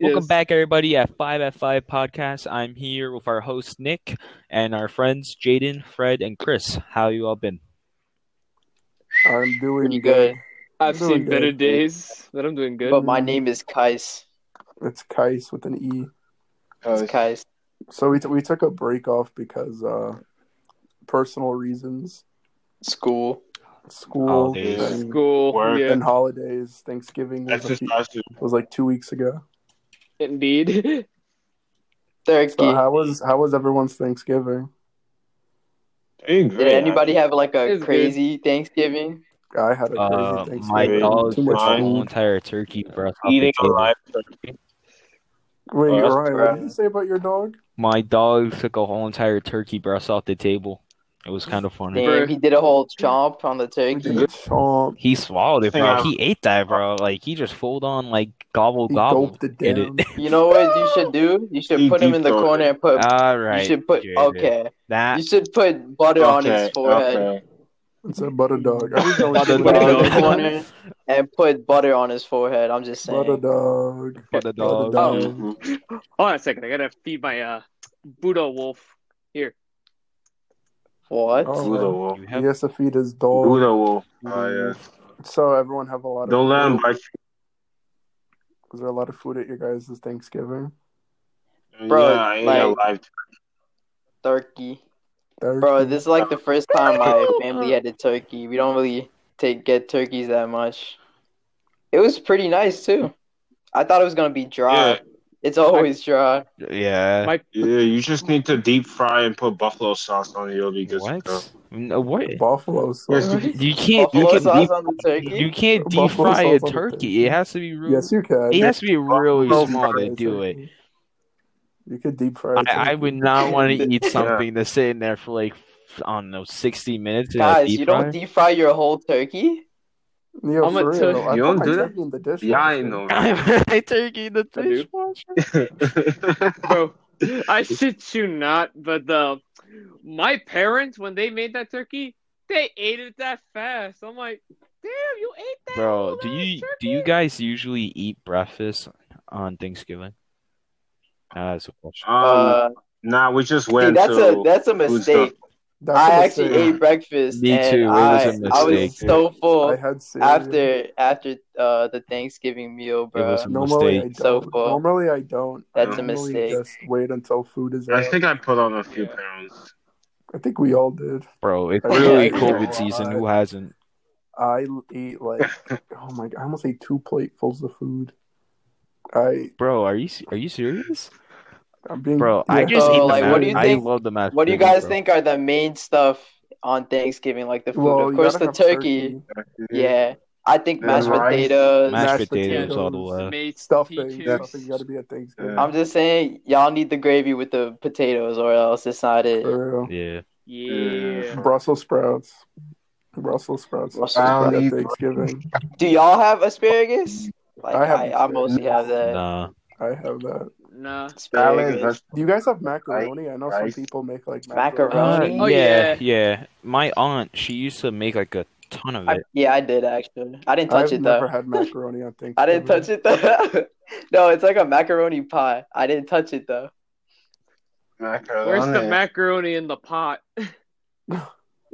Welcome Yes. back, everybody, at 5 at 5 Podcast. I'm here with our host, Nick, and our friends, Jaden, Fred, and Chris. How you all been? I'm doing Pretty good. good. I've Doing seen better good. days, but I'm doing good. But- my name is Kais. It's Kais with an E. It's Kais. So we, t- we took a break off because uh, personal reasons, School. school, Holidays. and, School, Work. yeah, and holidays. Thanksgiving was, a few, Exercise too. was like two weeks ago. indeed. Therapy. So how was how was everyone's Thanksgiving? Doing Did great. anybody have like a It's good. crazy Thanksgiving? I had a crazy Uh, Thanksgiving. my dog Too ate the much fine. whole food. entire turkey for us. off Eating the a table. live turkey. Wait, Uh, Ryan, what crap. did you say about your dog? My dog took a whole entire turkey breast off the table. It was kind of funny. Bruh. Damn, he did a whole chomp on the turkey. Chomp. He swallowed it, Yeah. bro. He ate that, bro. Like, he just fooled on, like, gobble, He gobble. gulped it Get down. You know what you should do? You should He put him in the deep-throated. corner and put. All right. you should put. Jaden. Okay. That You should put butter on his forehead. okay. It's a butter dog. I didn't know Butter we Put him in could- the corner and put butter on his forehead. I'm just saying. Butter dog. for the Butter dog. Oh. Mhm. Hold on a second. I gotta feed my uh, Buddha wolf. What? Oh. Buddha wolf. um, You have- He has to feed his dog. Buddha wolf. Oh, um, So everyone have a lot yeah. um, of Don't let him food. bite Was there a lot of food at your guys' Thanksgiving? you. um, Bro, yeah, I ate a like- live Turkey. Turkey. Bro, this is like the first time my family had a turkey. We don't really take get turkeys that much. It was pretty nice too. I thought it was gonna be dry. Yeah. It's always dry. Yeah. My Yeah, you just need to deep fry and put buffalo sauce on it. You'll be good. to go. What? No, what? Buffalo sauce. Yes, you- You can't. You Buffalo can sauce deep on the turkey. You can't Buffalo deep fry a sauce on the turkey. turkey. It has to be real. Yes, you can. it has to be really Buffalo small to fries, do it. turkey. You could deep fry. it, I, I turkey. would not want to eat Yeah. something that's sitting there for like I don't know sixty minutes. in a Guys, deep you don't fry. deep fry your whole turkey? Yo, I'm a for real, tur- I put You don't my do that? turkey in the dishwasher. Yeah, I know. I turkey in the I do. dishwasher. bro, I shit you not. But the my parents when they made that turkey, they ate it that fast. I'm like, damn, you ate that. Bro, whole do ass you turkey? do you guys usually eat breakfast on Thanksgiving? Uh, that's a question. um, uh, nah, we just see, went that's to. a that's a food mistake. That's what I actually said. ate breakfast. Me and too, it was I, a I was mistake. so I full had cereal. after after uh the Thanksgiving meal, It was bro. a Normally I mistake. don't. So full. Normally I don't. I That's a normally mistake. Just wait until food is out. I think I put on a few Yeah. pounds. I think we all did. Bro, it's I really ate a COVID lot. season. Who hasn't? I ate like oh my god, I almost ate two platefuls of food. I Bro, are you se- are you serious? I'm being Bro, I yeah. just So, ate the uh, like, what do you mashed- think- I love the mashed What do you potatoes, guys bro. think are the main stuff on Thanksgiving, like the food? Well, of you course, gotta the have turkey. Yeah, I think Yeah, mashed rice. potatoes. Mashed mashed potatoes all the potatoes, way. Made stuffing. peaches. Stuffing you gotta be at Thanksgiving. Yeah. I'm just saying, y'all need the gravy with the potatoes, or else it's not it. For real. Yeah. Yeah. Brussels sprouts. Brussels sprouts. Brussels I got sprouts. Thanksgiving. Do y'all have asparagus? Like I have I, I, mostly have that. Nah. I have that. Nah. Salad, Asparagus. that's Do you guys have macaroni? I know rice. some people make like Macaroni? Uh, Oh, yeah, yeah. yeah. My aunt, she used to make like a ton of I- it. yeah, I did actually. I didn't touch I've it never though. had macaroni on Thanksgiving. I didn't touch it though. no, it's like a macaroni pie. I didn't touch it though. macaroni. Where's the macaroni in the pot?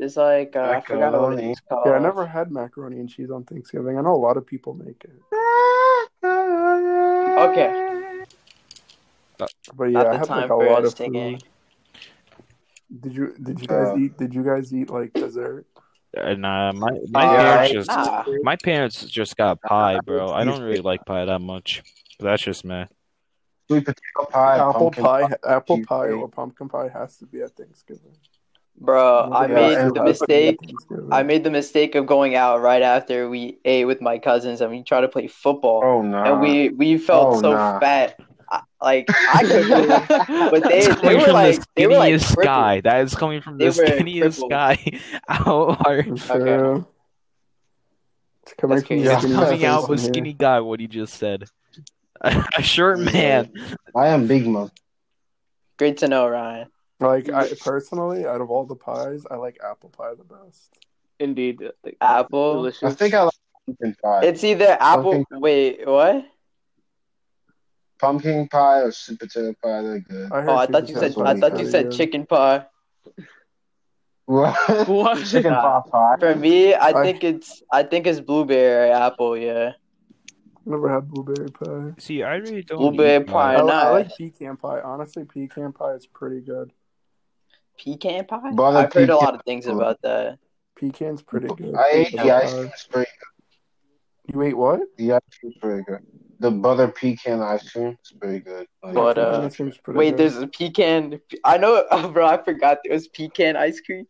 It's like uh, I forgot what Macaroni. it's called. Yeah, I never had macaroni and cheese on Thanksgiving. I know a lot of people make it, Okay, but yeah, not I the have time like a for lot us of to gang. food. Did you did you guys Uh, eat did you guys eat like dessert? And uh, my my Uh, parents I- just Nah. my parents just got pie, bro. I don't really like pie that much. But that's just me. Sweet potato pie. apple pumpkin pie, apple cheesecake. pie or pumpkin pie has to be at Thanksgiving. Bro, Uh, I Yeah, made it the has to be at mistake. Thanksgiving. I made the mistake of going out right after we ate with my cousins and we tried to play football. Oh no. and we we felt Oh, so nah. fat. I, like I could move, but but they It's they coming were from like the they were like skinniest crippled. guy. That is coming from the They were skinniest crippled. guy out our So, It's coming from That's crazy. the it's skinny coming out person with here. skinny guy what he just said. A short man. I am big man. Great to know, Ryan. Like I personally, out of all the pies, I like apple pie the best. Oh, Indeed. Apple. Delicious. I think I like pumpkin pie. It's either apple. Pumpkin. Wait, what? pumpkin pie or sweet potato pie. They're good. I heard Oh, I sweet thought you potatoes said potatoes I are thought you good, said yeah. chicken pie. What? What? Chicken pot For pie. me, I I- think it's I think it's blueberry apple. Yeah, Never had blueberry pie. See, I really don't. Blueberry eat pie. I, much. know. I like pecan pie. Honestly, pecan pie is pretty good. pecan pie. Butter I've heard a pecan lot of things pie. about that. Pecan's pretty good. I ate the Pecan pie. ice cream. It's pretty good. You ate what? The ice cream's pretty good. The butter pecan ice cream is pretty good. Like, But, Pecan uh, ice cream's pretty Wait, good. there's a pecan. I know, oh, bro. I forgot it was pecan ice cream.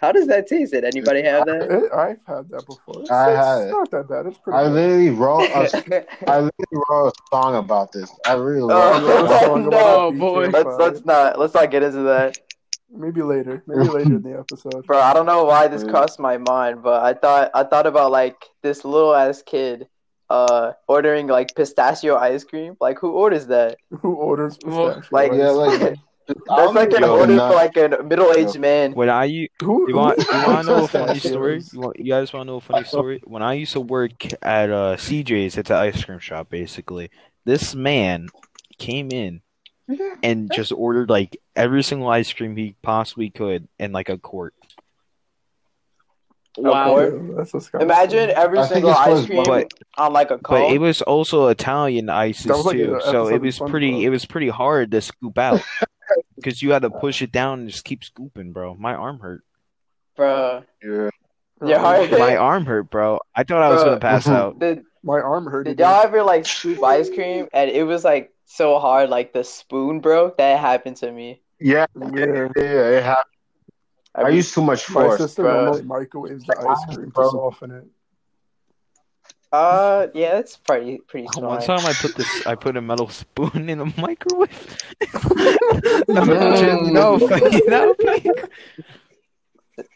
How does that taste? Did anybody have that? It, I've had that before. It's, I it's had it. not that bad. It's pretty I good. literally wrote a, Oh, I literally wrote a song about this. I really Oh. love We'll talk about no, pecan Oh, boy. pie. let's let's not let's not get into that, Maybe later. Maybe later in the episode. bro. I don't know why this Mm. crossed my mind, but I thought I thought about like this little ass kid, uh, ordering like pistachio ice cream. Like, who orders that? Who orders Well, pistachio? like- Yeah, like That's like an Yo, order nah. for like a middle aged man. When I u- who, you want you who want to know a orders funny pistachios? story? You, want, you guys want to know a funny story? When I used to work at uh, CJ's, it's an ice cream shop basically. This man came in Mm-hmm. and just ordered like every single ice cream he possibly could in like a quart. Wow. Yeah, that's disgusting. Imagine every I think single it's ice close, cream but- on like a But it cone. was also Italian ices That was like too, an so episode it of was SpongeBob. pretty. It was pretty hard to scoop out because you had to push it down and just keep scooping, bro. My arm hurt. Bro, yeah. your Uh, heart. My arm hurt, bro. I thought I was Bro. gonna pass mm-hmm. out. Did, My arm hurt. did y'all ever like scoop ice cream and it was like so hard, like the spoon broke? That happened to me. yeah, Yeah. yeah, it happened. I mean, use too much My force. sister Bruh. normally microwaves the ice cream to Bro. soften it. uh, yeah, that's pretty pretty One smart. time I put this, I put a metal spoon in a microwave. no, Mm. no, Frankie, no, Frankie.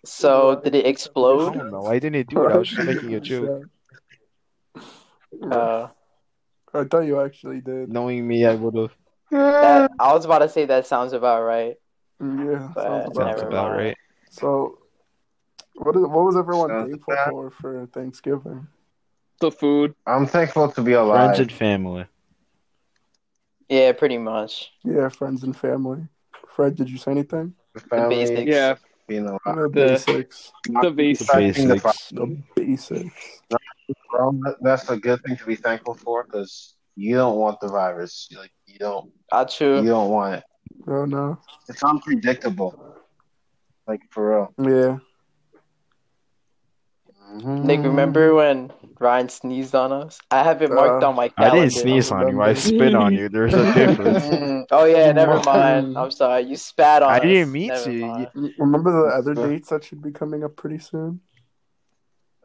So did it I explode? don't know. I didn't do it. I was just making a joke. Uh, I thought you actually did. Knowing me, I would have. that, I was about to say that sounds about right. Yeah, But sounds never Sounds about right. about mind. right. So, what is what was everyone Sounds thankful bad. for for Thanksgiving? The food. I'm thankful to be Friends alive. and family. Yeah, pretty much. Yeah, friends and family. Fred, did you say anything? The family, basics. Yeah. being alive. The The- basics. The The base. I think the basics. The basics. Well, that- that's a good thing to be thankful for because you don't want the virus. You, Like you don't, I you true. don't want it. Oh no. It's unpredictable. Like for real. Yeah. Nick, remember when Ryan sneezed on us? I have it marked Uh, on my I calendar. didn't sneeze on you. I spit on you. There's a difference. Mm, oh yeah, never mind. I'm sorry. You spat on I us. didn't mean Never to. mind. Remember the other Yeah. dates that should be coming up pretty soon?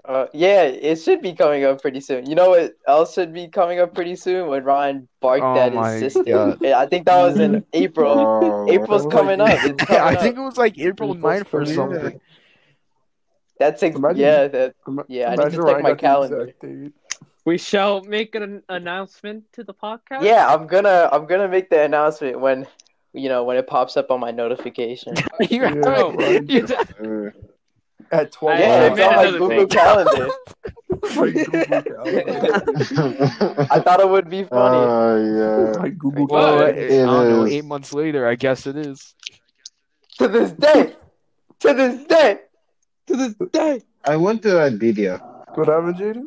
Uh, yeah, it should be coming up pretty soon. You know what else should be coming up pretty soon? When Ryan barked Oh at my his sister. God. Yeah, I think that was in April. Oh, April's Like- coming up. It's coming I up. think it was like April April's 9th or coming up. something. That's ex- Imagine- yeah. That Ima- Yeah, I need to imagine check Ryan my got the calendar. exact date. We shall make an announcement to the podcast. yeah. I'm gonna I'm gonna make the announcement when you know when it pops up on my notification. You're Yeah, Oh, right. Ryan. You're It's- At twelve. yeah, I it's made on my another Google thing. Calendar. my Google calendar. I thought it would be funny. Oh yeah. My Google Well, Well, I calendar. it don't know. is. Eight months later, I guess it is. to this day, to this day, to this day. I went to Iberia. What happened, Jaden?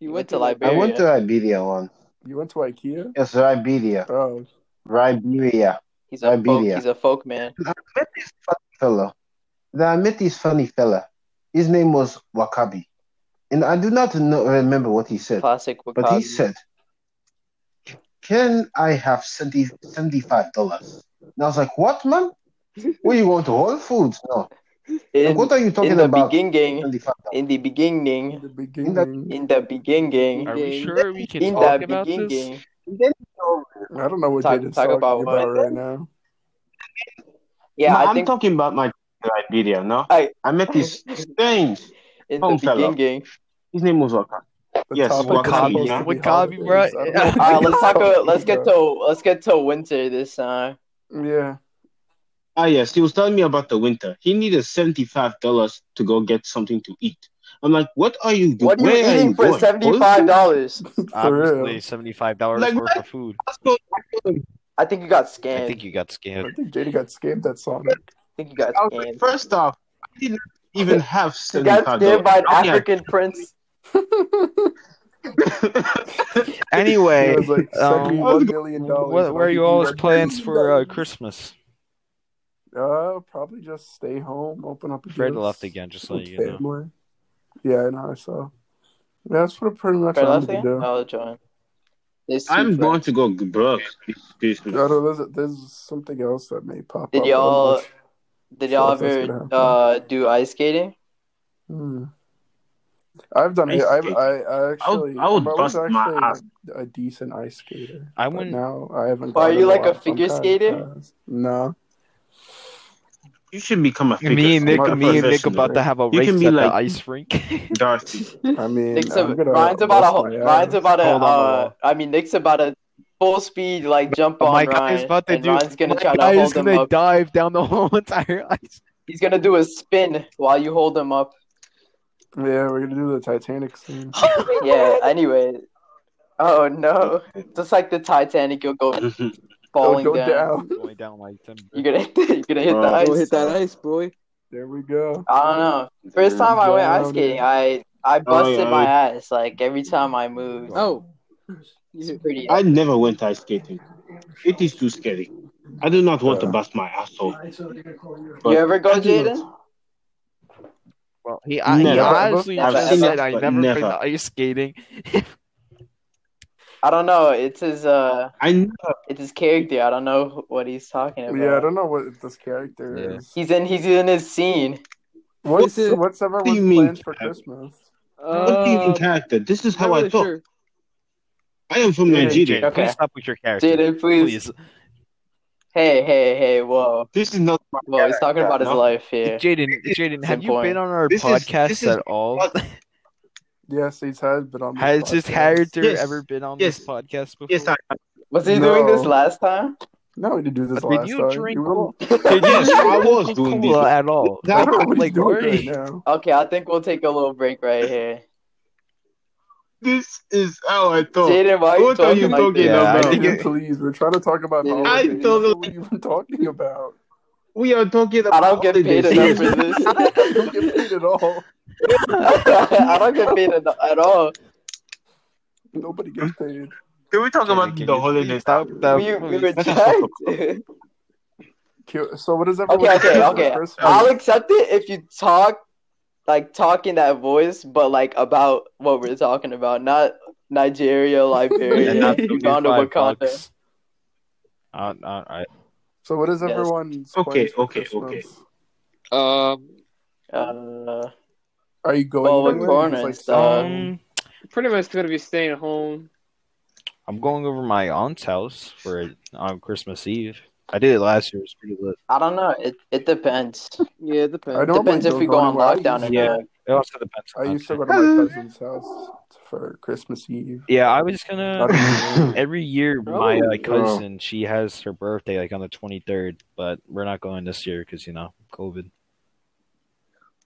You went went to to I Liberia. went to Iberia one. You went to IKEA? It's Iberia. Oh, Iberia. He's a folk, Liberia. he's a folk man. met this funny fella. Then I met this funny fella. His name was Wakabi. And I do not know, remember what he said, Classic but he Wakazi. said, Can I have 70, $75? And I was like, What, man? Where you going to Whole Foods? No. in, like, what are you talking in the about? beginning, $75. in the beginning, in the beginning. in the beginning, Are we Ding. sure we can in talk the about this? beginning. I don't know what Talk- Jaden's talk talking about about, what? right now. Yeah, No, I I'm think talking about my Iberia, no? I- I met this strange. in Home the fellow. beginning. His name was Wakabi. The Yes, topic Wakabi, is supposed yeah. to be Wakabi, bruh. holidays. I don't know what All right, Uh, let's talk. Wakabi About, let's is get to let's get to winter this uh, time. about. Yeah. Ah, yes, he was telling me about the winter. He needed $75 to go get something to eat. I'm like, what are you doing? What are you Where eating for going? seventy five dollars? For real. Obviously, seventy-five dollars Like, worth of food. I think you got scammed. I think you got I scammed. think Jada got scammed that Sonic. you got I was like, scammed. Oh, First off, I didn't even have You seventy got five scammed by an dollars. African prince. It Anyway, was like um, seventy-one million dollars. what were you all's plans for uh, Christmas? Uh, probably just stay home, open up. A Fred juice left again, just so with you know. family. Yeah, I know. So that's what pretty much Fred I'm left gonna again? do. Oh, John. There's two I'm Freds. going to go broke this Christmas. I don't know, there's, there's something else that may pop Did up. y'all- Did y'all Sure, that's ever gonna uh, do ice skating? uh, Hmm. I've done it. Ice I've, skating. I, I actually, I would I was bust my actually ass. a, a decent ice skater. I But wouldn't. now I haven't. Are gone you in like a while. figure Sometimes, skater? uh, No. You should become a figure Me and Nick, skater me and Nick professional. about to have a You race can at be like- the ice rink. Darcy. I mean, Nick's I'm a, gonna Ryan's about a bust whole- my Ryan's ass. about a Hold on, uh, hold I mean Nick's about a full speed like jump on my Ryan, guy's about to and do. Ryan's gonna my try guy to is hold him gonna up. dive down the whole entire ice. He's gonna do a spin while you hold him up. Yeah, we're gonna do the Titanic scene. yeah. Anyway. Oh no! Just like the Titanic, you'll go falling oh, go down. down. Going down like them. You're gonna you're gonna hit the Bro. ice. Go hit that ice, boy. There we go. I don't know. First time I went ice Down skating, it. I Oh, I busted yeah. my ass like every time I moved. Oh, It's pretty. I never went ice skating. It is too scary. I do not want to bust my asshole. But you ever go, I do not- Jaden? Well, he, I, he Never. honestly Never. just I've seen said it, I but never, never. played ice skating. I don't know. It's his uh, I never, it's his character. I don't know what he's talking about. Yeah, I don't know what this character Yeah. is. He's in he's in his scene. What's This is- what's everyone's mean, plans for Chad? Christmas? what do you uh, think character? This not is how I really talk. sure. I am from Jaden, Nigeria. Jaden, Okay. please stop with your character. Jaden, please. please. Hey, hey, hey! Whoa, This is not my whoa! He's talking about his no. life here. Jaden, Jaden, have you Simple. been on our This is- podcast this is- at all? Yes, he's has been on. This Has his podcast. character Yes. ever been on this Yes. podcast before? Yes, I Was he No. doing this last time? No, we didn't do this Did last you time. drink You were- Did you Yes, I drink was doing this. Coca-Cola at all? I I Like, don't know what he's like doing where are right you? now. Okay, I think we'll take a little break right here. this is how I talk. Jaden, why are you What are talking you like talking this? Yeah, I about? think Dude, it- please, we're trying to talk about Yeah. holidays. I told what are you even talking about? We are talking about I don't get paid enough holidays. for this. You don't get paid at all. I don't get paid enough at all. Nobody gets paid. Can we talk Jaden, about can the you holidays? please Stop that, we, we please. were jacked. Cute. So what does everyone okay, do okay, for okay. Christmas? I'll accept it if you talk like talk in that voice, but like about what we're talking about, not Nigeria, And Liberia, not You Uganda, 75 Wakanda. bucks. Uh, uh, I- So what is Yes. everyone's Okay, plans for okay, Christmas? okay. Um, Uh, Are you going Well, we're anywhere? You're corner just, and like, stuff. sitting um, pretty much gonna be staying home. I'm going over my aunt's house for on Christmas Eve. I did it last year. It was pretty lit. I don't know. It it depends. Yeah, it at home? I depends. normally Depends if don't we go on anywhere. I lockdown used- or Yeah. not. It also depends. I on used to time. go to my cousin's house for Christmas Eve. Yeah, I was gonna. I don't know. Every year, Oh, my uh, bro. cousin she has her birthday like on the 23rd, but we're not going this year because you know COVID.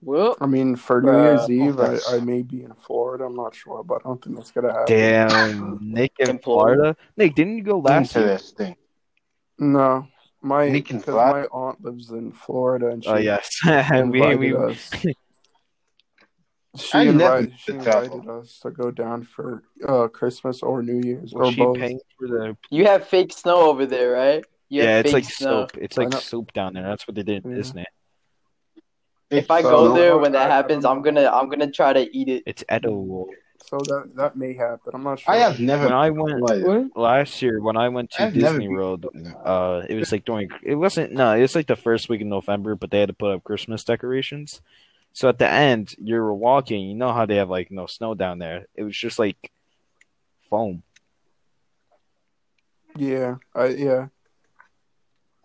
Well, I mean, for New Uh, Year's Eve, I, that's- I may be in Florida. I'm not sure, but I don't think that's gonna happen. Damn, Nick in Implode. Florida. Nick, didn't you go last year? Interesting. No, my Nick and because Vlad. my aunt lives in Florida and she Oh yes, uh, and we invited we us. She, I never invited, she did travel. invited us to go down for uh, Christmas or New Year's was or she both. paying for the? You have fake snow over there, right? You have Yeah, it's fake like snow. soap. It's I like know. soap down there. That's what they did in Yeah. Disney. If I So- go no, there I- when I- I that don't happens, I'm know. gonna I'm gonna try to eat it. It's edible. So that that may happen. I'm not sure. I have never. When I went Why? what? last year, when I went to I've never Disney been- World, uh, it was like during. It wasn't no. It was like the first week in November, but they had to put up Christmas decorations. So at the end, you were walking. You know how they have like no snow down there. It was just like foam. Yeah, I yeah.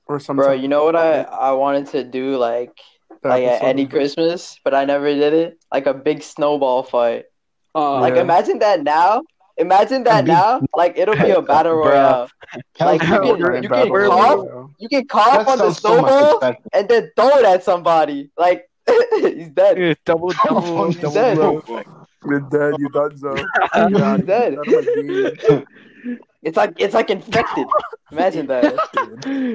Or something. Bro, you know what I I wanted to do like like at any Christmas, but I never did it. Like a big snowball fight. Uh, Like Yeah. imagine that now. Imagine A that big- now. Like it'll be a battle Bruh. royale. Like, you Hell, can- you can battle call- royale. You can cough that on the sounds so much snowball exciting. and then throw it at somebody. Like He's dead. double, double, He's dead. double. You're dead. You done so. He's dead. Dead. It's like it's like infected. Imagine that.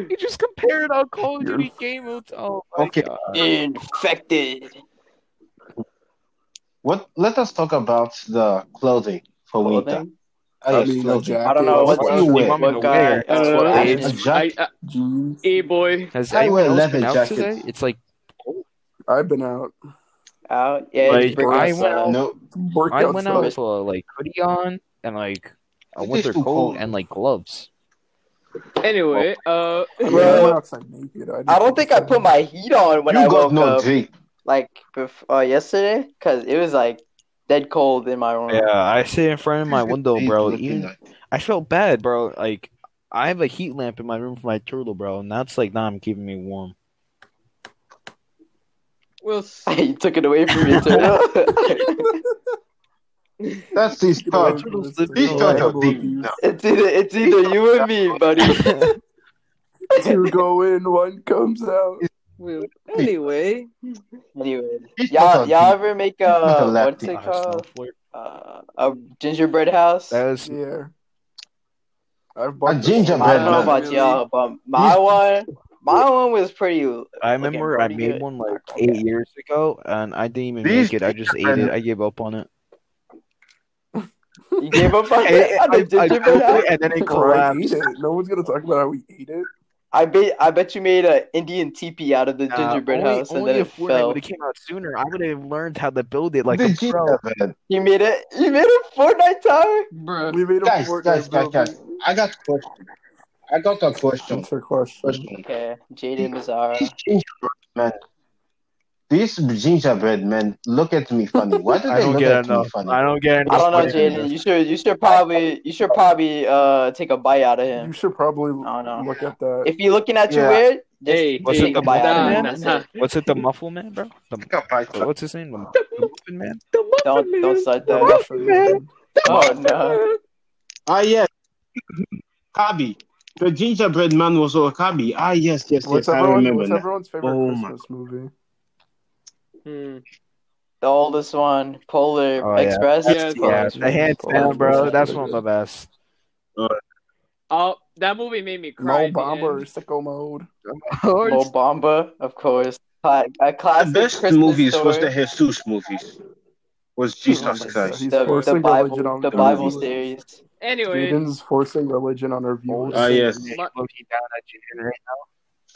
You just compared our Call of You're- Duty game modes. Oh my Okay. God. Infected. What? Let us talk about the clothing for winter. Clothing? Ah, I yes, mean, the clothing. jacket. I don't know What what do you wear? what, what guy. Uh, That's what uh, I A did. jacket. I, uh, jeans. hey boy, Has I wear anyone else been leather out jackets. today? It's like I've been out. out. uh, Yeah, Like, just break I us went out. No, I Workout went out with stuff. a like hoodie on and like a It is winter too coat cold. and like gloves. anyway, uh, I, mean, I Bro, went outside naked. I, I don't think I put my heat on when you I got woke no up, drink. like bef- uh, yesterday, because it was like dead cold in my room. Yeah, I sit in front of my window, He's bro. looking Even like- I felt bad, bro. Like I have a heat lamp in my room for my turtle, bro, and that's like not keeping me warm. well, s- you took it away from me, too. That's his know, thought. He's kind of deep now. it's either it's either you and me, buddy. Two go in, one comes out. Well, anyway, anyway, He's y'all not a y'all deep. ever make Not a a what's lefty. it Ah, snow called? fort. Uh, a gingerbread house. That was Yeah. I've A bought gingerbread I don't know man. about Really? y'all, but my one, my one was pretty. I looking remember I pretty made good. one like eight years ago, and I didn't even These make it. I just ate it. I gave up on it. You gave up on, I, on the gingerbread house. and then it Craig ate collapsed. it. No one's gonna talk about how we ate it. I bet I bet you made an Indian teepee out of the gingerbread only, house and only then it if Fortnite fell. would have came out sooner, I would have learned how to build it like the a pro. gingerbread. You made it. You made a Fortnite tower. bruh. We made a Guys, Fortnite guys, guys, building. guys. I got a question. I got a question. What's your question? Question. Okay, Jaden Mazzara. These gingerbread men. These gingerbread men look at me funny. Why do I they don't look get at enough. me funny? I don't get enough. I don't know, Wait a minute. Jaden. You should you should probably you should probably uh take a bite out of You him. should probably I don't know. look at that. If he's looking at you Yeah. weird, just Hey, Was take it hey, the a bite out of nah, him. nah, That's nah. it. What's it, the Muffle Man, bro? The, Take a bite of it. what's his name? The, the Muffin Man? The muffin Don't man. don't start Yeah, that. that's what it is. Oh no. Ah, yes. Kabi. The gingerbread man was a Kabi. Ah, yes, yes, What's yes. I everyone? remember What's now. everyone's favorite Oh my- Christmas movie? Hmm. The oldest one, Polar Oh, yeah. Express. Yes, Polar Yeah, Express. the hands down, bro. That's one of the best. Oh, that movie made me cry. Mo at the end. Bomber, Sicko Mode. Mo Bamba, of course. Cla- A The classic best Christmas movies was story. the Jesus movies. Was Jesus Oh my God, Christ. he's The, the forcing religion Bible on the the Bible movies. series. Anyway, Jaden's forcing religion on our Oh, viewers. Ah, yes. My- Looking down at you right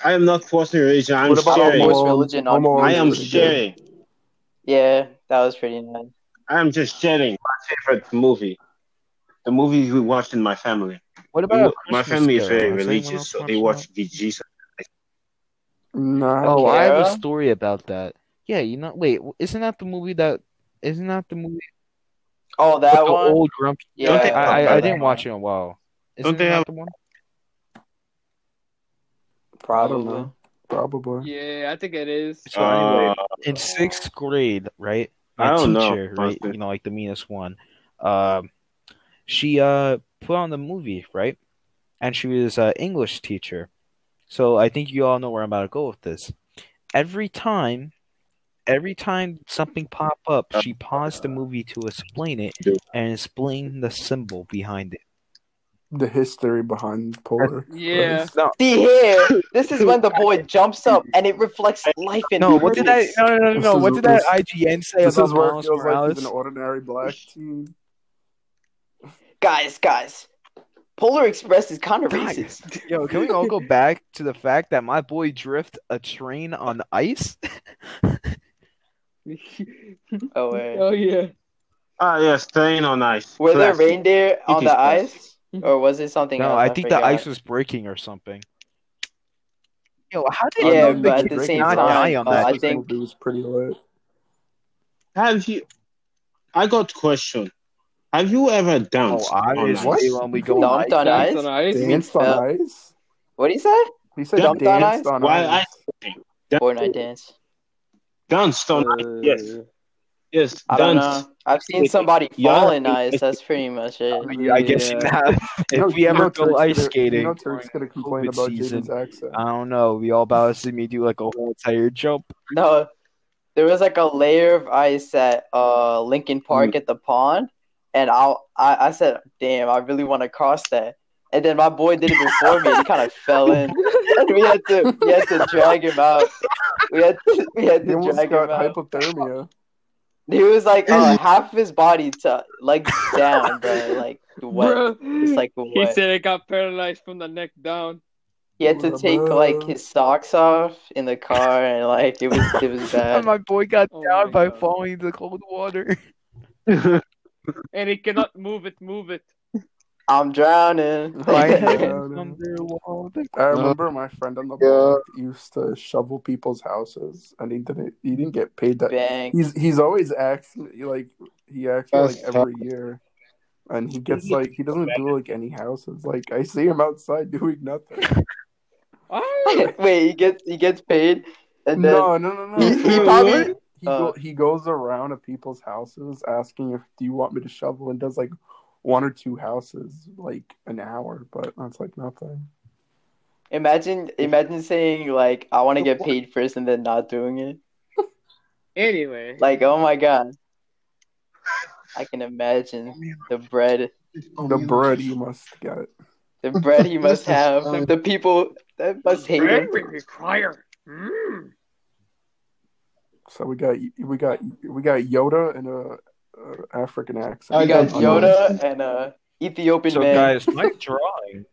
I am not forcing religion. I'm What about Home sharing. Home Alone? Alone? Religion on Home Alone I is am pretty good. sharing. Yeah, that was pretty nice. I am just sharing my favorite movie. The movie we watched in my family. now. What We- about a my Christmas family is Carol? very Has anyone religious, else so they watched watch the Jesus. Nah. that? Oh, I have a Carol? story about that. Yeah, you know, wait, isn't that the movie that? Isn't that the movie? Oh, with that the one? old grumpy. Yeah. Don't they have I, a- I, I that didn't one. watch it in a while. Isn't they that have- the one? I Probably. don't know. Probably. yeah, I think it is. So anyway, Uh, in sixth grade, right? I My don't know, teacher, right? honestly. You know, like the meanest one. Um, she uh put on the movie, right? And she was an English teacher. So I think you all know where I'm about to go with this. Every time, every time something pop up, she paused the movie to explain it and explain the symbol behind it. The history behind Polar. Yeah. No, See here, this is when the boy jumps up and it reflects life in no, what did I? goodness. No, no, no, no. This no. is- What did that this- IGN say This about is where it Miles feels like Morales? he's an ordinary black teen. Guys, guys, Polar Express is kind of Guys. racist. Yo, can we all go back to the fact that my boy drift a train on ice? Oh, wait. oh yeah. ah, yes, Train on Ice. Were there Classic. reindeer on is the classic. ice? Hmm? Or was it something No, else? I think the forgot. ice was breaking or something. Yo, how did Yeah, the but at kid the same not die on time, uh, that? I This think- movie was pretty lit. Have you? I got question. Have you ever Oh, danced on ice? obviously, when we go on Dumped on ice- ice? That's nice. Danced on fell? ice? What do you say? He said Dumped uh, on danced ice? on Why ice. Fortnite dance. Danced on ice? Uh, Yes, yes, Uh, I don't danced. know. I've seen somebody Yeah. fall in ice. That's pretty much it. I mean, I guess Yeah. not. If No, we you ever know go Turk's ice gonna- skating, You know Turk's gonna complain COVID about season. Jaden's accent. I don't know. We all about to see me do like a whole entire jump. No, there was like a layer of ice at uh Lincoln Park at the pond, and I I, I said, "Damn, I really want to cross that." And then my boy did it before me. and He kind of fell in. And we had to we had to drag him out. We had to, we had He to almost drag him got out. hypothermia. He was like uh, half of his body to like down, bro. Like wet. Bro, It's like he wet. said it got paralyzed from the neck down. He had to take like his socks off in the car, and like it was it was bad. my boy got Oh down my by God. falling into cold water. And he cannot move it, move it. I'm drowning. My Yeah. hands under the wall. I Uh, remember my friend on the block used to shovel people's houses, and he didn't. He didn't get paid that. Bang. He's he's always asked me, like he acts me, like That's every year, and he gets like he doesn't do like any houses. Like I see him outside doing nothing. Ah, Wait, he gets he gets paid, and then No, no, no, no. he, he probably he, uh, go, he goes around to people's houses asking if do you want me to shovel and does like one or two houses like an hour, but that's like nothing. imagine imagine saying like I want to get paid first and then not doing it. anyway, Like oh my god, I can imagine the bread Oh, The bread you must get. the bread he must have the people that must hate bread him. we require. Mm. So we got we got we got Yoda and a, a African accent. I We got got you. Yoda and uh Ethiopian um, So man. guys, my drawing.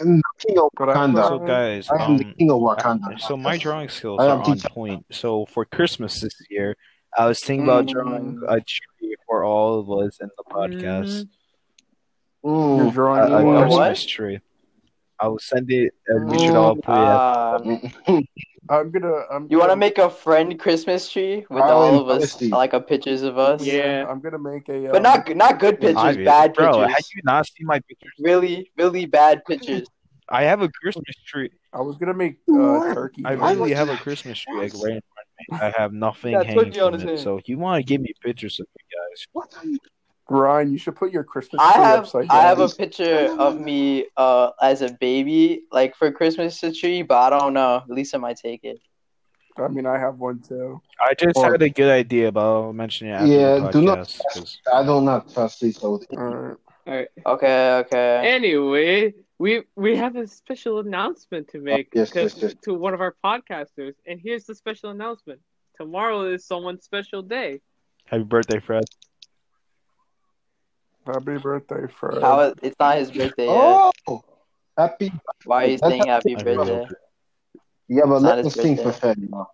I'm the king of But I- So Wakanda. guys, I am the um, king of Wakanda. so my drawing skills I are am on teaching. point. So for Christmas this year, I was thinking about Mm. drawing a tree for all of us in the podcast. You're Mm. A, drawing a one. Ooh. What? Christmas tree. I will send it, and we should all put it. up. Ah, I'm gonna. I'm you want to gonna- make a friend Christmas tree with I'll all of us, invest in- like a pictures of us, Yeah. I'm gonna make a. but um, not not good pictures, Ivy, bad bro, pictures. had you not seen my pictures? Really, really bad pictures. I have a Christmas tree. I was gonna make uh, turkey. I I, really have a Christmas tree like, right in front of me. I have nothing Yeah, hanging turkey on from it. his hand. So if you want to give me pictures of you guys, What are you Ryan, you should put your Christmas I tree have upside down. I have a picture of me uh as a baby, like for Christmas tree, but I don't know. Lisa might take it. I mean, I have one too. I just Or- had a good idea, but I'll mention it after Yeah, the do not- podcast. 'cause- I do not trust this old. All right. All right. Okay, uh, okay. Anyway, we we have a special announcement Oh, to make yes, to, yes, yes. to one of our podcasters, and here's the special announcement. Tomorrow is someone's special day. Happy birthday, Fred. Happy birthday, Fred. How is, it's not his birthday yet. Oh, happy. Why are you That's saying happy I really birthday? hope it- Yeah, but It's not let his us sing for birthday. Fred. now.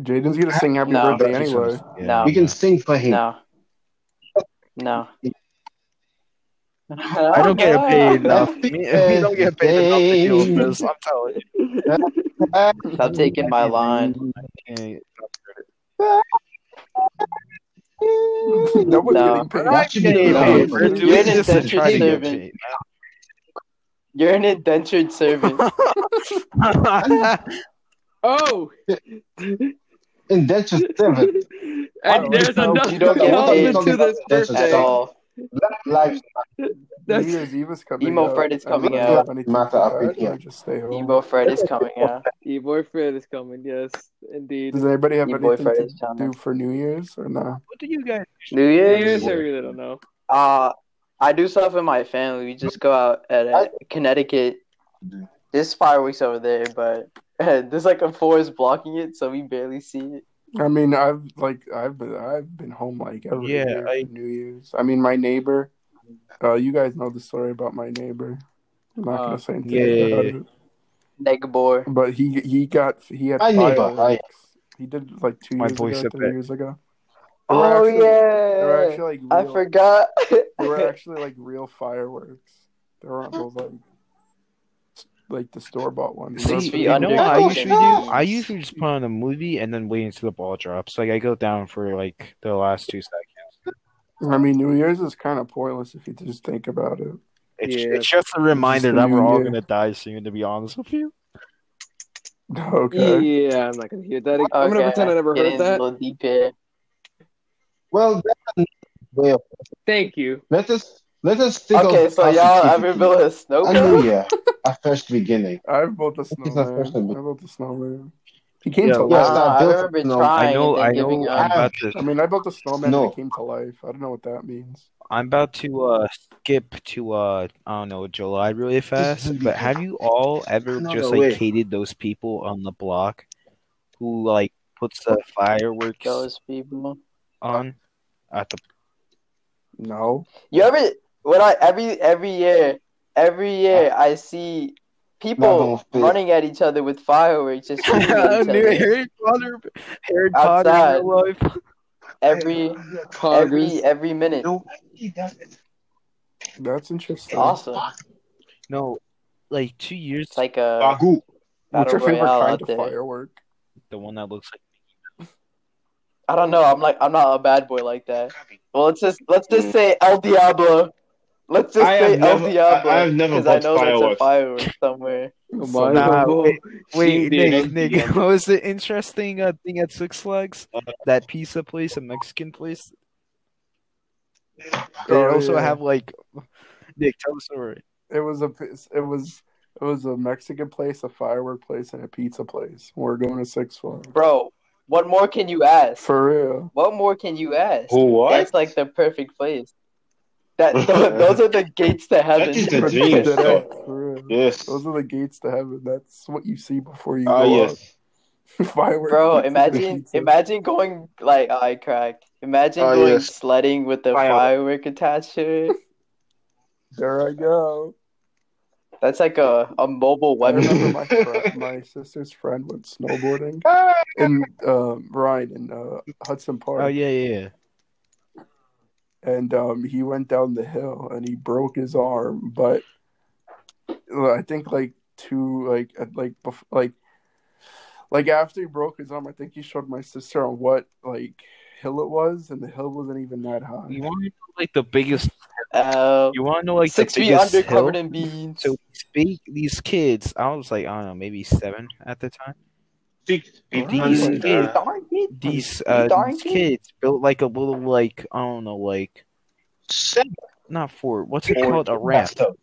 Jaden's gonna sing happy No. birthday He's gonna- anyway. yeah, No. We can yeah. sing for him. No. No. I don't get Oh, paid enough. Me- we don't get paid enough to deal with this. I'm telling you. Eh, Stop taking my line. Okay. no one's No. getting paid. That should be Hey, the No. hey, name. We're You're doing an this to try to get indentured paid. You're an indentured servant. Oh, And that's just seven. and there's no, another you don't get announcement paid. to this That's a At birthday. song. all. Black lives New That's- Year's Eve is coming. Emo up. Fred is coming Anyone out. have anything Matter for up that, in here. or just stay home? Emo Fred is coming out. Your boyfriend is coming. Yes, indeed. Does anybody have Your anything boyfriend to is coming. do for New Year's or no? What do you guys? New Yes, Year's? I really don't know. Uh, I do stuff with my family. We just go out at uh Connecticut. Mhm. There's fireworks over there, but there's like a forest blocking it, so we barely see it. I mean, I've like I've been I've been home like every Yeah, year I- for New Year's. I mean, my neighbor. Uh, you guys know the story about my neighbor. I'm not Uh, gonna say anything yeah, yeah, about yeah. it, Negabor. but he he got he had My neighbor, fireworks. I- He did it, like two My years boy ago, said three that. years ago. They were Oh actually- They were yeah, actually like real. I forgot. They were actually like real fireworks. They weren't those like s- like the store bought ones. They were See, be you know under what I the usually do? I trees. usually just put on a movie and then wait until the ball drops. Like I go down for like the last two seconds. I mean, New Year's is kind of pointless if you just think about it. It's, Yeah. it's just a reminder the that we're new all year. gonna die soon. To be honest with you, Okay. Yeah, I'm not gonna hear that. Again. I'm Okay, gonna pretend I never getting heard a that. little deep here. Well, that's another way of, Thank you. let us let us stick Okay, on so y'all ever positivity. build a snow a cone? new year, a fresh beginning. I've built a not snowman. I personal. built a snowman. He came Yeah, to yeah, life. I stop. built- remember no, I trying I know, and I then know. giving I'm up. about to, I mean, I built a snowman No. and it came to life. I don't know what that means. I'm about to uh skip to uh I don't know July really fast. really But have you all ever Another just way. like hated those people on the block who like puts the fireworks Those people. on at the No. You ever when I every every year every year Uh, I see people Nothing. running at each other with fireworks and shooting at each New other. Harry Potter, Harry Potter in Potter Outside. in real life. Every every every minute. Oh, No, I need that. That's interesting. Awesome. No, like two years. It's like a Bagu. What's battle your favorite royale kind out of there. firework? the one that looks like I don't know. I'm like I'm not a bad boy like that. Well, let's just let's just say El Diablo. Let's just Mm. I have say El never- I- Diablo I have never because I bought know there's a fireworks. fireworks somewhere. Come Fireball, on. Nah, wait- she Wait, did Nick, it. Nick, what was the interesting uh, thing at Six Flags? That pizza place, a Mexican place. They Oh, also yeah. have like, Nick, tell the story. It was a it was it was a Mexican place, a firework place, and a pizza place. We're going to Six Flags. Bro, what more can you ask? For real. What more can you ask? Who what? That's like the perfect place. That those are the gates to heaven. is the But dead dream. Genius. ass, for real. yes. Those are the gates to heaven. That's what you see before you Ah, go yes. up. Fireworks. Bro, pizza, imagine pizza. imagine going like I cracked. Imagine Oh, going yes. sledding with the Firework. firework attached to it. There I go. That's like a, a mobile I weapon. remember my fr- my sister's friend went snowboarding in um, Ryan in uh, Hudson Park, Oh yeah, yeah, yeah. and um, he went down the hill and he broke his arm. But uh, I think like two like at- like bef- like like after he broke his arm, I think he showed my sister on what like hill it was, and the hill wasn't even that high. You want to know, like the biggest? Uh, You want to know like six the feet biggest under, hill? covered in beans. So these, these kids, I was like, I don't know, maybe seven at the time. Six These hundred, kids, uh, these uh, these kids built like a little like I don't know, like seven not fort. What's it or called? A eight ramp. thousand.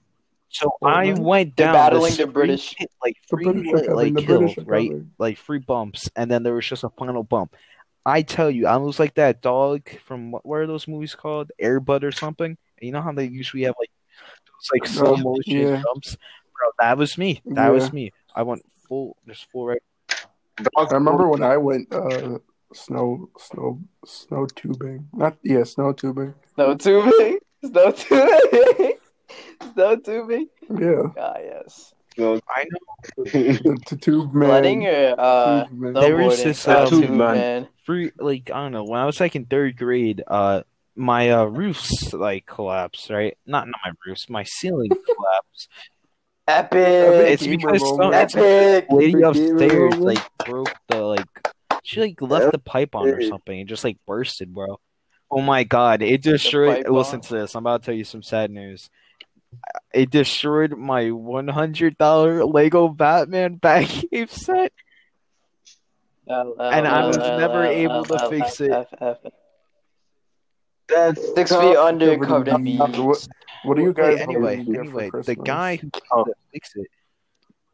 So Or I not. went They're down battling this the free British. hit, like The free British are li- coming. like The British hill, are right? coming. Like free bumps, and then there was just a final bump. I tell you, I was like that dog from what, what are those movies called? Airbud or something. And you know how they usually have like those like slow Um, motion yeah. jumps, bro. That was me. That was Yeah. me. I went full, just full right. I remember when I went uh, snow snow snow tubing. Not yeah, snow tubing. Snow tubing. Snow tubing. Snow tubing. Yeah, Ah, yes. I know the, the tube man. Sledding or uh, Tube man. There is snowboarding? this, Ah, um, tube Tube man. man. free like I don't know. When I was like in third grade, uh, my uh roofs like collapsed, right? Not not my roofs, my ceiling collapsed. Epic. It's gamer because some, moment. it's Epic. lady Freaking gamer upstairs moment. like broke the like she like left the pipe on or something and just like bursted, bro. Oh my god, it destroyed pipe listen bomb. to this. I'm about to tell you some sad news. It destroyed my one hundred dollar Lego Batman bag cave set L, L, and I L, was L, never L, able L, to L, fix it. F, F, F. That's Six feet under, Covered covered in in beads. What beads. What are you Wait, guys anyway, hoping to get for anyway, Christmas? the guy who came Oh. to fix it,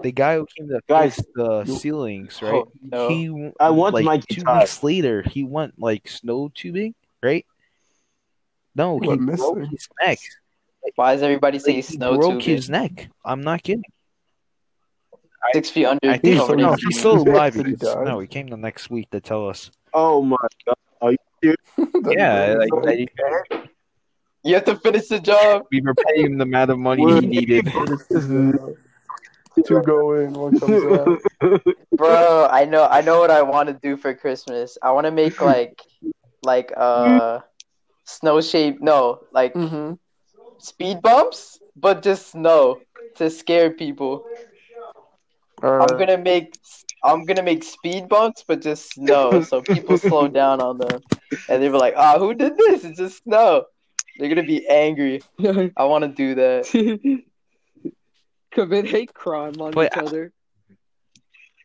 the guy who came to Guys, fix the you- ceilings, right? Oh no! He w- I want like my two guitar. weeks later, he went like snow tubing, right? No, What he broke missing? his neck. Why does everybody Like say he snow broke tubing? his neck. I'm not kidding. Six feet under, I think So covered no, in he's- he's beads. still alive Did he because die? no, he came the next week to tell us. Oh my god. Are you serious? that he Yeah, broke his like neck. that he- You have to finish the job. we were paying him the amount of money Where- he needed. Finished the job. Two go in, one comes out. Bro, I know I know what I want to do for Christmas. I want to make like like uh snow shape no, like Mm-hmm. speed bumps, but just snow to scare people. I'm Or going to make I'm going to make speed bumps but just snow so people slow down on them and they be like, "Ah, who did this? It's just snow." They're going to be angry. I want to do that. Commit hate crime on But each other.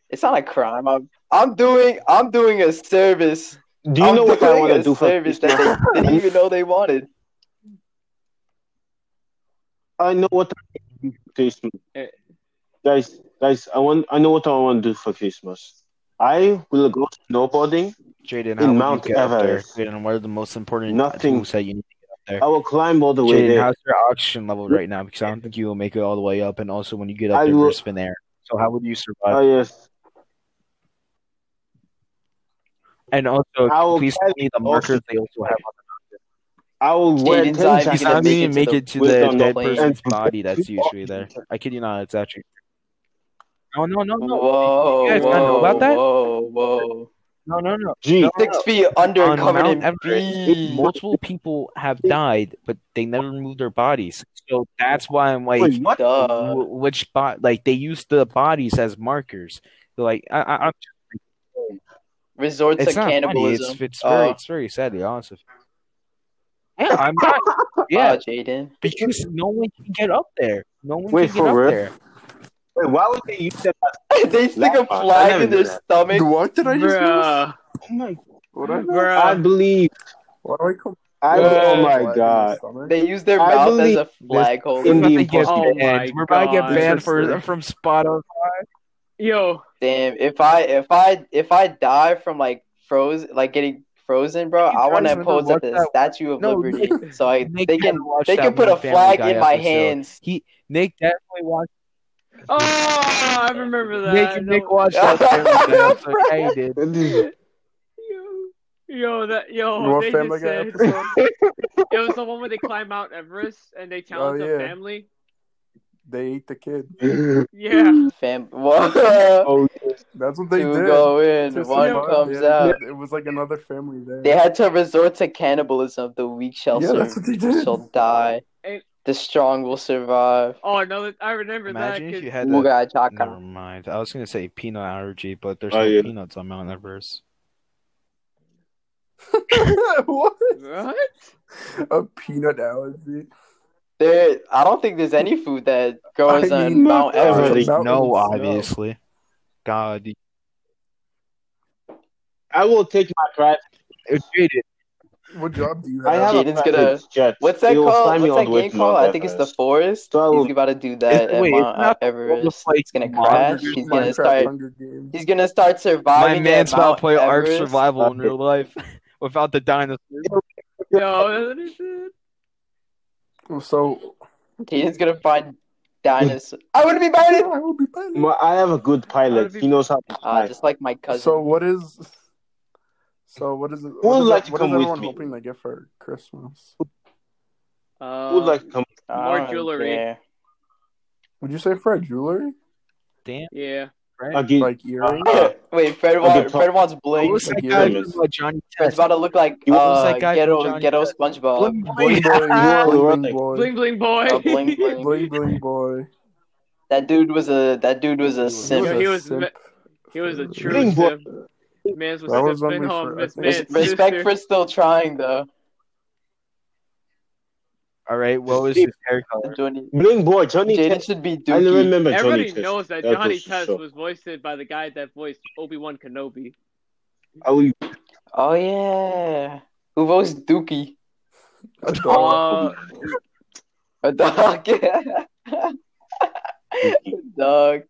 It's not a crime. I'm I'm doing I'm doing a service. Do you I'm know what I doing want a to do for service that Christmas? they didn't even know they wanted. I know what I want to do for Christmas. Eh. Guys, guys, I want. I know what I want to do for Christmas. I will go snowboarding. Jaden, In how would Mount you get up there? Everest. Jaden, what are the most important Nothing. tools that you need? I will climb all the way Jaden, there. how's your oxygen level right now? Because I don't think you will make it all the way up. And also, when you get up I there, will- you're spin air. So how would you survive? oh yes. and also, I will please tell carry me the markers they also have. I will wear Jaden's ten eyes He's He's jackets. not gonna make even it make to the it to wisdom the of dead plane. person's And- body that's usually there. I kid you not, it's actually. No, no, no, no, Whoa, You guys not know whoa, about that? whoa, whoa. no, no, no. Gee, No, Six no. feet under and On covered Mount in Everest, bees. multiple people have died, but they never moved their bodies. So that's why I'm like, wait, what? Duh. w- which bot? Like they use the bodies as markers. They're like, I, I, I'm. Resort to It's not funny. cannibalism. It's it's very Uh, it's very sad to be honest. with you. Yeah, I'm not. Yeah, wow, Ah, Jaden. because no one can get up there. No one Wait, can get for up real? there. Wait, why would they use that? they stick a Laptop. I flag never in knew their that. stomach. What did I just lose? Bruh. Oh my! What did I lose? Bruh. I believe. Why do I come? I. what, oh Uh, flag my in god! stomach? They use their I mouth as believe a flag holder. We're In about the to get impossible- Oh banned. my We're about to get God. banned for Interesting. from Spotify. Yo. Damn, if I if I if I die from like froze like getting frozen, bro, You I want guys to wanna pose watch at the that- Statue of No, Liberty. So I, Nick they had can watched they that can put one a Family flag Guy in my episode. hands. He Nick definitely watched. Oh, I remember Nick, that. Nick No- watched that Family Guy episode. Yeah, he did. This Yo, yo, that yo, What they Family just Guy said episode? it was the one where they climb Mount Everest and they challenge Oh, the yeah. family. They ate the kid. is- Yeah, Fam, two oh yes. That's what they did. go in, to one survive, comes they had out. to- It was like another family there. They had to resort to cannibalism. The weak shall yeah, that's sur- what they did. shall die. and The strong will survive. oh, another I remember Imagine that. if you 'cause- had to. Muga Never Chaka. mind. I was gonna say peanut allergy, but there's Oh, no yeah. peanuts on Mount Everest. what? What? A peanut allergy? There, I don't think there's any food that grows I on mean, Mount Mount Everest. Everest. It's a mountain No, snow. obviously. God, you- I will take my private. it's treated. What job do you I have? have Jaden's a private gonna- jet. What's that it will called? Fly me What's all that the way game to Mount called? I think it's the Everest. forest. So I He's will. about to do It's that at wait, it's Mount not the world of Everest. like It's gonna monsters crash. Hunger, He's and gonna monsters. Minecraft start. Hunger Games. He's gonna start My surviving at man's about to Mount play Ark Everest. Survival in real life without the dinosaurs. Yo, that is it. So, Jaden's gonna find dinosaurs. I want to be buried. yeah, I will be pilot. My- I have a good How do pilot. people- He knows how to Uh, fly. just like my So cousin. what is? So what is? Who What would is, like to what is come with everyone me? hoping they get for Christmas? Who would Uh, like to come? I more don't jewelry. care. Would you say for a jewelry, Damn, Yeah. right? Again, like earrings? Uh, Wait, Fred, Okay, wa- Paul. Fred wants What bling. was that Like guy earrings. Famous. from uh, Johnny Fred's Test? about to look like You What was uh that guy from ghetto Johnny ghetto Test? SpongeBob. Bling Bling bling. boy, bling What? bling boy, Bling bling boy. A uh, bling bling. bling bling boy. That dude was a that dude was a He was- He Yo, was simp. a he was me- simp. he was a for- true Bling boy. simp. Man's was That was sipping only on for I Miss think. Res- Man's respect sister. for still trying though. All right, what was his hair color? Johnny Bling boy. Johnny Jaden Test. should be I Dookie. remember Johnny Everybody Test. knows that That Johnny was Test sure. was voiced by the guy that voiced Obi Wan Kenobi. I will. Oh yeah. Who votes Dookie? A dog. Uh, Oh, A dog. dog.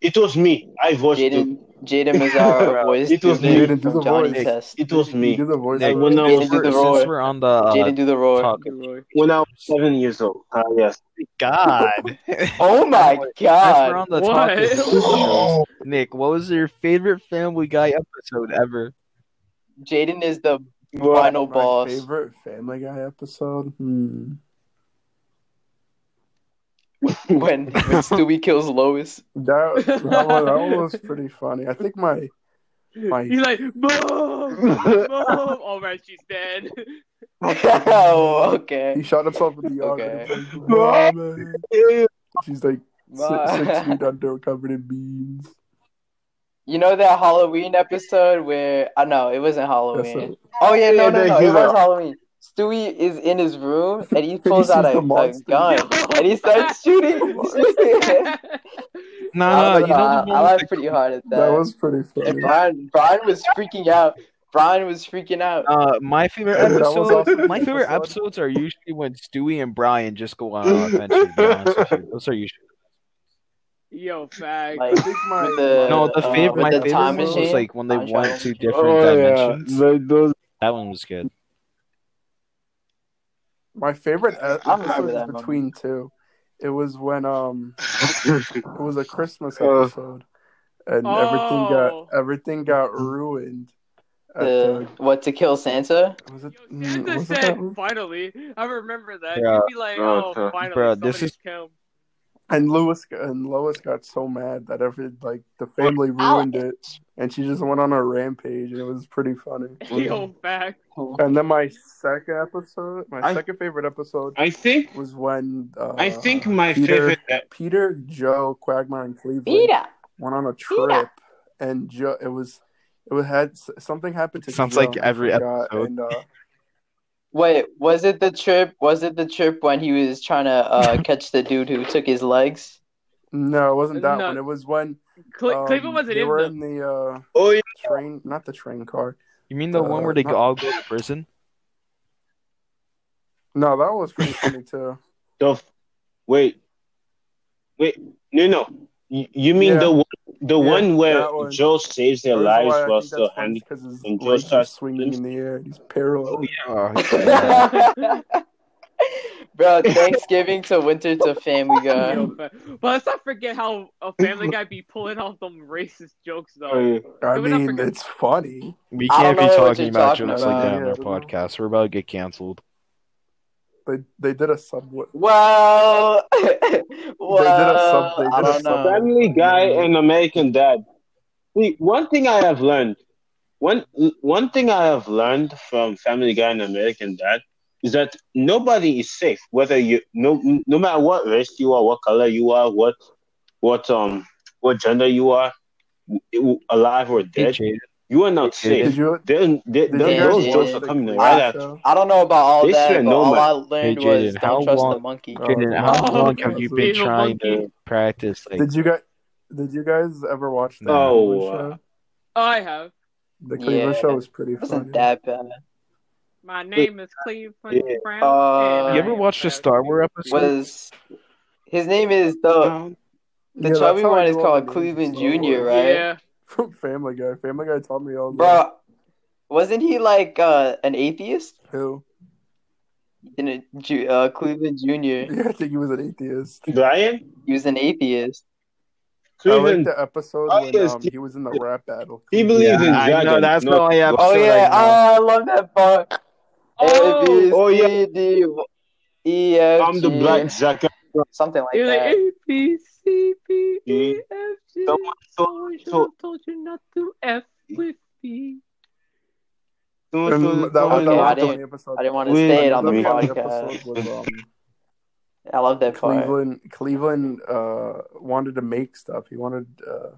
It was me. I watched it. Jaden Jaden Mazzara voiced It was Dookie me. Jaden, do the from Johnny voice. Nick. Test. It was You me. do the voice Nick, And of when it. I Jaden was since do the we're roar. since we're on the uh, Jaden do the roar. talk of Leroy. when I was teachers, seven years old. Ah yes. God. Oh my Anyway, since we're god. on the talk of What? teachers, Nick, what was your favorite Family Guy episode ever? Jaden is the Well, final My boss. favorite Family Guy episode. Hmm. When when Stewie kills Lois. That that one, that one was pretty funny. I think my My- He's like, mom, mom. All right, she's dead. oh, he okay. shot himself in the arm. Okay. And it's like, "Oh, man." She's like six, six feet Bye. under, covered in beans. You know that Halloween episode where I know it wasn't That's Halloween. it. Oh yeah, no, Yeah, no, the no, it hero. was Halloween. Stewie is in his room and he And he pulls out sees the a, a monster. Yo, gun and he starts shooting. I No, no, don't Uh, you know know. the Uh, I, I one with laughed the pretty hard at That that. was pretty And funny. Brian, Brian was freaking out. Brian was freaking out. Uh, my favorite That was episode. also an My favorite episode. episodes are usually when Stewie and Brian just go on an offensive. To be honest with you, those are usually. Yo, fag. Like, I think my With the- No, the uh, favorite, with my the favorite time one was machine? like when they Time went travel. to different Oh, dimensions. Like those. That one was good. my favorite e- I remember episode is that moment. between two. It was when um it was a Christmas Uh. episode, and everything Oh. got everything got ruined. At the, what to kill Santa? the, was it, Yo, Santa mm, was it said, that one? finally. I remember that. Yeah. You'd be like, Bro, oh, bro, finally, this somebody's is- come. And Lewis and Lois got so mad that every like the family ruined it, and she just went on a rampage, and it was pretty funny. Yo, fag. And then my second episode, my I- second favorite episode I think was when uh, I think my Peter, favorite. Peter, Joe, Quagmire, and Cleveland Peter. went on a trip, and Joe, it was it was had something happened to Sounds Joe, like I every forgot, episode. and, uh, Wait, was it the trip? Was it the trip when he was trying to uh, catch the dude who took his legs? no, it wasn't that No. one. It was when Cle- um, Cleveland wasn't they in were them. in the uh, Oh yeah, train, not the train car. You mean the one Uh, where they not- all go to prison? No, that was pretty funny too. the f- wait, wait, no, no. You, you mean Yeah. the one, the Yeah, one where that one. Joe saves their lives while still handing? because his and Joe legs are starts- swinging in the air. and He's parallel. Oh, Bro, Thanksgiving to winter to Family Guy. Yo, fag. But let's not forget how a Family Guy be pulling off them racist jokes, though. Oh, I We're not mean, forgetting- it's funny. We I can't don't be know what talking you're about talking jokes like about. that on our Yeah, I don't know. podcast. We're about to get canceled. They they did a subway. Well, well, sub- they I did a don't yeah. sub- know. Family Guy mm. and American Dad. See, one thing I have learned, one one thing I have learned from Family Guy and American Dad is that nobody is safe, whether you no no matter what race you are, what color you are, what what um what gender you are, w- w- alive or Hey, dead, Jaden, you are not Did safe. you? Then they, Did they- you guys Yeah, those yeah. watch jokes the are coming Cleveland right I- after. show? I don't know about all They that, shouldn't but know, all man. I learned Hey, was Jaden, how don't trust long- the monkey. Oh, Jaden, how Oh, long have that you was been evil trying monkey. to practice? Like, Did you guys? Did you guys ever watch the Nah. Cleveland Oh, uh, show? I have. The Cleveland Yeah. show was pretty It wasn't funny. that bad. My name is Cleveland Yeah. Brown. and Uh, you I ever am watched the fag. Star Wars episode? Was his name is the no. the yeah, chubby that's how I one is knew all the called names Cleveland of Star Junior, Wars. right? Yeah. From Family Guy. Family Guy taught me all the Bro, wasn't he like uh, an atheist? who. In a, Ju- uh, Cleveland Junior, Yeah, I think he was an atheist. Brian? he was an atheist. I like Cleveland. Oh, the episode Oh, when yes. um he was in the rap battle. He Yeah, believes in I dragons. know that's No, the only what? Oh episode yeah, I know. oh, I love that part. A Oh, B oh, yeah. C D E F I'm the black G, jacket. something like You're like that. A B C B E See? F G. Someone told- Someone should told- have told you not to f with me. No, And so- that, that was Okay, Oh, I a didn't- funny episode. I didn't want to Wait. say it on Another the Me. funny podcast. episode was um I love that part. Cleveland Cleveland uh wanted to make stuff. He wanted uh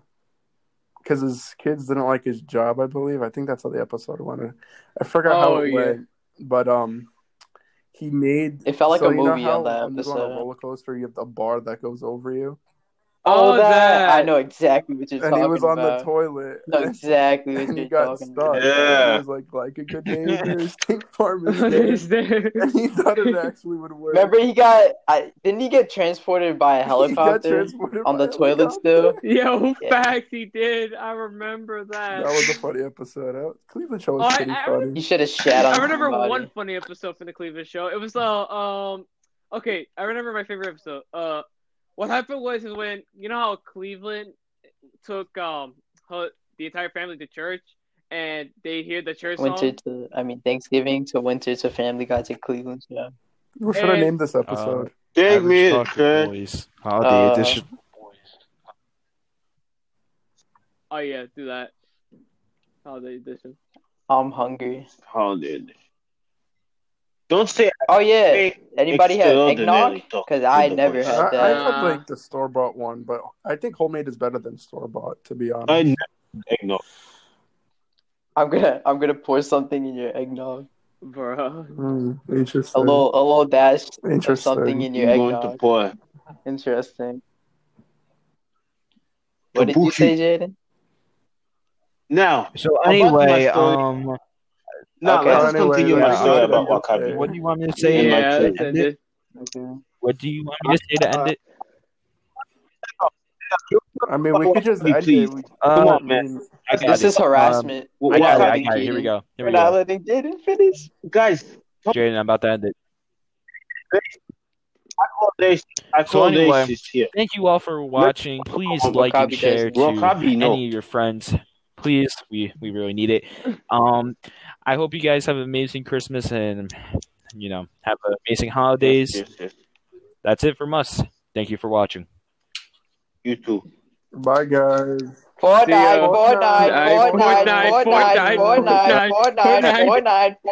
because his kids didn't like his job, I believe. I think that's how the episode went. I forgot how Oh, it yeah. went, but um, he made It felt like so a you know movie on how that when you go on a episode. roller coaster, you have the bar that goes over you, Oh, Oh, that I that. know exactly what you're and he was talking on the about. Oh, toilet, I know and, exactly what and he you're got talking about. stuck, and he Yeah. was like, "Like a good neighbor, State Farm is there," Is there? and he thought it actually would work. Remember, he got I didn't he get transported by he a got helicopter transported on by the a toilet helicopter. still? Yo, Yeah. facts, he did. I remember that. That was a funny episode. That- Cleveland show Oh, was I- pretty I funny. You should have shat on I remember somebody. one funny episode from the Cleveland show. It was uh um okay, I remember my favorite episode. Uh what happened was is when you know how Cleveland took um her, the entire family to church and they hear the church Winter song. to I mean Thanksgiving to winter to Family Guy to Cleveland. Yeah. What should I And- name this episode? Take Average me to Talker church. Boys. Holiday Uh, edition. Oh yeah, do that. Oh, the edition. I'm hungry. How did? Don't say Oh yeah. I Anybody have eggnog? extraordinarily talk Because I with the never Oh, voice. had I, I've that. had Uh, like the store bought one, but I think homemade is better than store bought. To be I honest, never had eggnog. I'm gonna I'm gonna pour something in your eggnog. Bro. Hmm, A interesting. little a little dash of something Interesting. in your I'm going to eggnog. pour. Interesting. What did you Kabuki. say, Jaden? Now, So about my anyway, story. um, Now, Okay. let So us anyway, continue my let's yeah, story um, just about end it Wakabi. what there. do you want me to say? And my Yeah, tree. that's End it? it. Okay. Uh, What do you want me to say to end it? I mean, we could just end Please. it. We, Come Uh, on, man. I got This it. is harassment. I got it. Wakabi I got it. Here we Jaden. go. Here We're we not go. letting Jaden finish. guys. Jaden, I'm about to end it. Lace- I So call anyway, Lace is here. Thank you all for watching. Please on, like and Wakabi share does. to Wakabi, no. any of your friends. Please, we we really need it. Um, I hope you guys have an amazing Christmas and you know have amazing holidays. Yes, yes. That's it from us. Thank you for watching. You too. bye, guys. Fortnite, See ya. Fortnite, Fortnite, Fortnite, Fortnite, Fortnite, Fortnite, Fortnite, Fortnite, Fortnite, Fortnite,